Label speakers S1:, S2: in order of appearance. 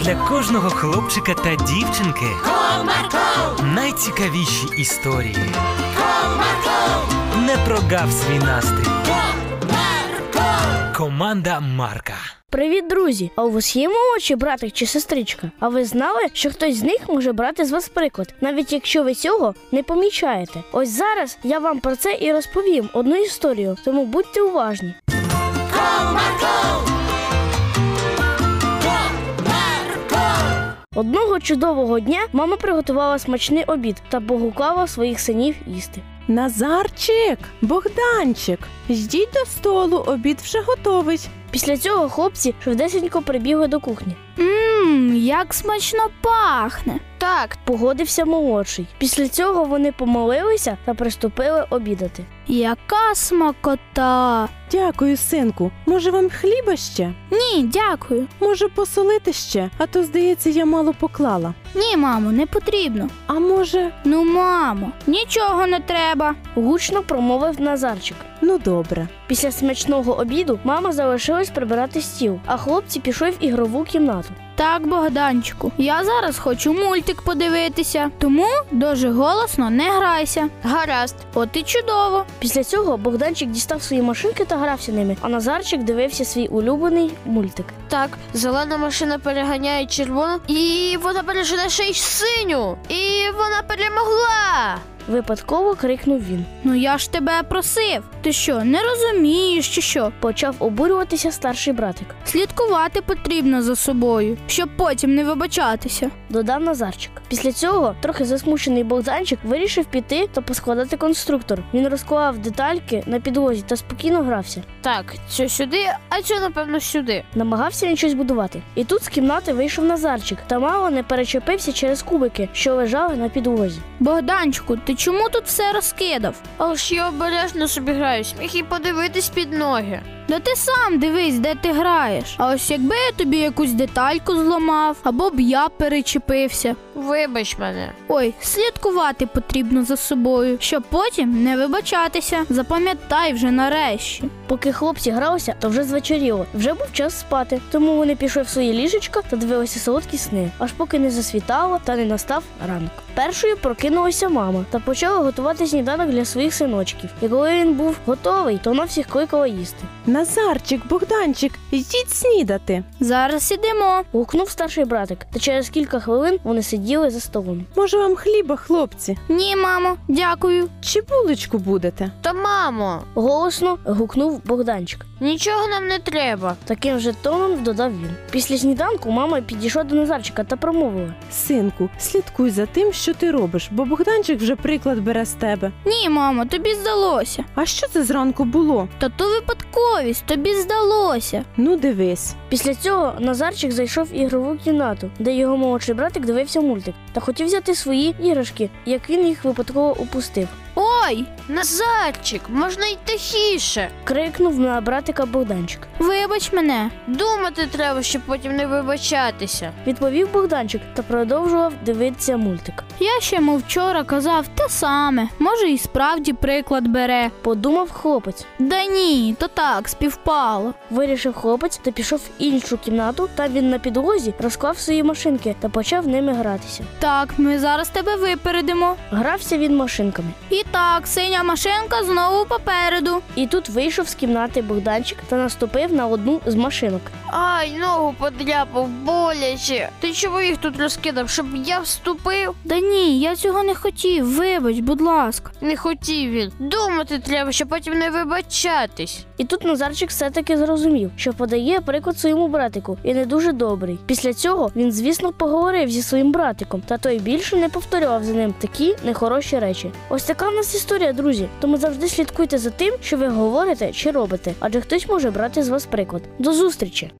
S1: для кожного хлопчика та дівчинки
S2: Comarco,
S1: найцікавіші історії.
S2: comarco,
S1: Не прогав свій настрій.
S2: comarco.
S1: Команда Марка.
S3: Привіт, друзі! А у вас є молодший братик чи сестричка? А ви знали, що хтось з них може брати з вас приклад, навіть якщо ви цього не помічаєте? Ось зараз я вам про це і розповім одну історію, тому будьте уважні. Одного чудового дня мама приготувала смачний обід та погукала своїх синів їсти.
S4: Назарчик, Богданчик, ждіть до столу, обід вже готовий.
S3: Після цього хлопці швидесенько прибігли до кухні.
S5: Мм, як смачно пахне. Так,
S3: Погодився молодший. Після цього вони помолилися та приступили обідати.
S5: яка смакота.
S4: Дякую, синку. Може, вам хліба ще?
S5: Ні, дякую.
S4: Може, посолити ще, а то, здається, я мало поклала.
S5: Ні, мамо, не потрібно.
S4: А може,
S5: Ну, мамо, нічого не треба.
S3: Гучно промовив Назарчик.
S4: ну добре.
S3: Після смачного обіду мама залишилась прибирати стіл, а хлопці пішли в ігрову кімнату.
S5: Так, Богданчику, я зараз хочу мультик подивитися, тому дуже голосно не грайся. Гаразд, от і чудово.
S3: Після цього Богданчик дістав свої машинки та грався ними, а Назарчик дивився свій улюблений мультик.
S6: Так, зелена машина переганяє червону, і вона пережила ще й синю. І вона перемогла.
S3: Випадково крикнув він.
S5: Ну я ж тебе просив. Ти що, не розумієш чи що?
S3: Почав обурюватися старший братик.
S5: Слідкувати потрібно за собою, щоб потім не вибачатися.
S3: Додав Назарчик. Після цього трохи засмучений Богданчик вирішив піти та поскладати конструктор. Він розклав детальки на підлозі та спокійно грався.
S6: Так, цю сюди, а цю, напевно, сюди.
S3: Намагався він щось будувати. І тут з кімнати вийшов Назарчик та мало не перечепився через кубики, що лежали на підлозі.
S5: Богданчику, ти чому тут все розкидав?
S6: Але ж я обережно собі граюсь, міг і подивитись під ноги.
S5: Да ти сам дивись, де ти граєш. А ось якби я тобі якусь детальку зламав, або б я перечепився.
S6: Вибач мене.
S5: Ой, слідкувати потрібно за собою, щоб потім не вибачатися. Запам'ятай вже нарешті.
S3: Поки хлопці гралися, то вже звечеріло, вже був час спати. Тому вони пішли в свої ліжечка та дивилися солодкі сни, аж поки не засвітало та не настав ранок. Першою прокинулася мама та почала готувати сніданок для своїх синочків. І коли він був готовий, то вона всіх кликала їсти.
S4: Назарчик, Богданчик, йдіть снідати.
S5: Зараз ідемо.
S3: Гукнув старший братик, та через кілька хвилин вони сиділи за столом.
S4: Може, вам хліба, хлопці?
S5: Ні, мамо, дякую.
S4: Чи булочку будете?
S6: Та мамо,
S3: Голосно гукнув Богданчик.
S6: нічого нам не треба.
S3: Таким же тоном додав він. Після сніданку мама підійшла до Назарчика та промовила.
S4: Синку, слідкуй за тим, що ти робиш, бо Богданчик вже приклад бере з тебе.
S5: Ні, мамо, тобі здалося.
S4: А що це зранку було?
S5: Та то випадковість, тобі здалося.
S4: Ну, дивись.
S3: Після цього Назарчик зайшов в ігрову кімнату, де його молодший братик дивився мультик та хотів взяти свої іграшки, як він їх випадково упустив.
S5: Ой,
S6: Назарчик, можна й тихіше.
S3: Крикнув на братика Богданчик.
S5: вибач мене.
S6: Думати треба, щоб потім не вибачатися.
S3: Відповів Богданчик та продовжував дивитися мультик.
S5: Я ще мов вчора казав те саме. Може, і справді приклад бере.
S3: Подумав хлопець.
S5: Да ні, то так, співпало.
S3: Вирішив хлопець та пішов в іншу кімнату. Там він на підлозі розклав свої машинки та почав ними гратися.
S5: Так, ми зараз тебе випередимо.
S3: Грався він машинками.
S5: І так, синя машинка знову попереду.
S3: І тут вийшов з кімнати Богданчик та наступив на одну з машинок.
S6: Ай, ногу подряпав, боляче. Ти чого їх тут розкидав, щоб я вступив?
S5: Да ні, я цього не хотів. Вибач, будь ласка.
S6: Не хотів він. Думати треба, щоб потім не вибачатись.
S3: І тут Назарчик все-таки зрозумів, що подає приклад своєму братику, і не дуже добрий. Після цього він, звісно, поговорив зі своїм братиком, та той більше не повторював за ним такі нехороші речі. Ось така в нас історія, друзі. Тому завжди слідкуйте за тим, що ви говорите чи робите, адже хтось може брати з вас приклад. До зустрічі!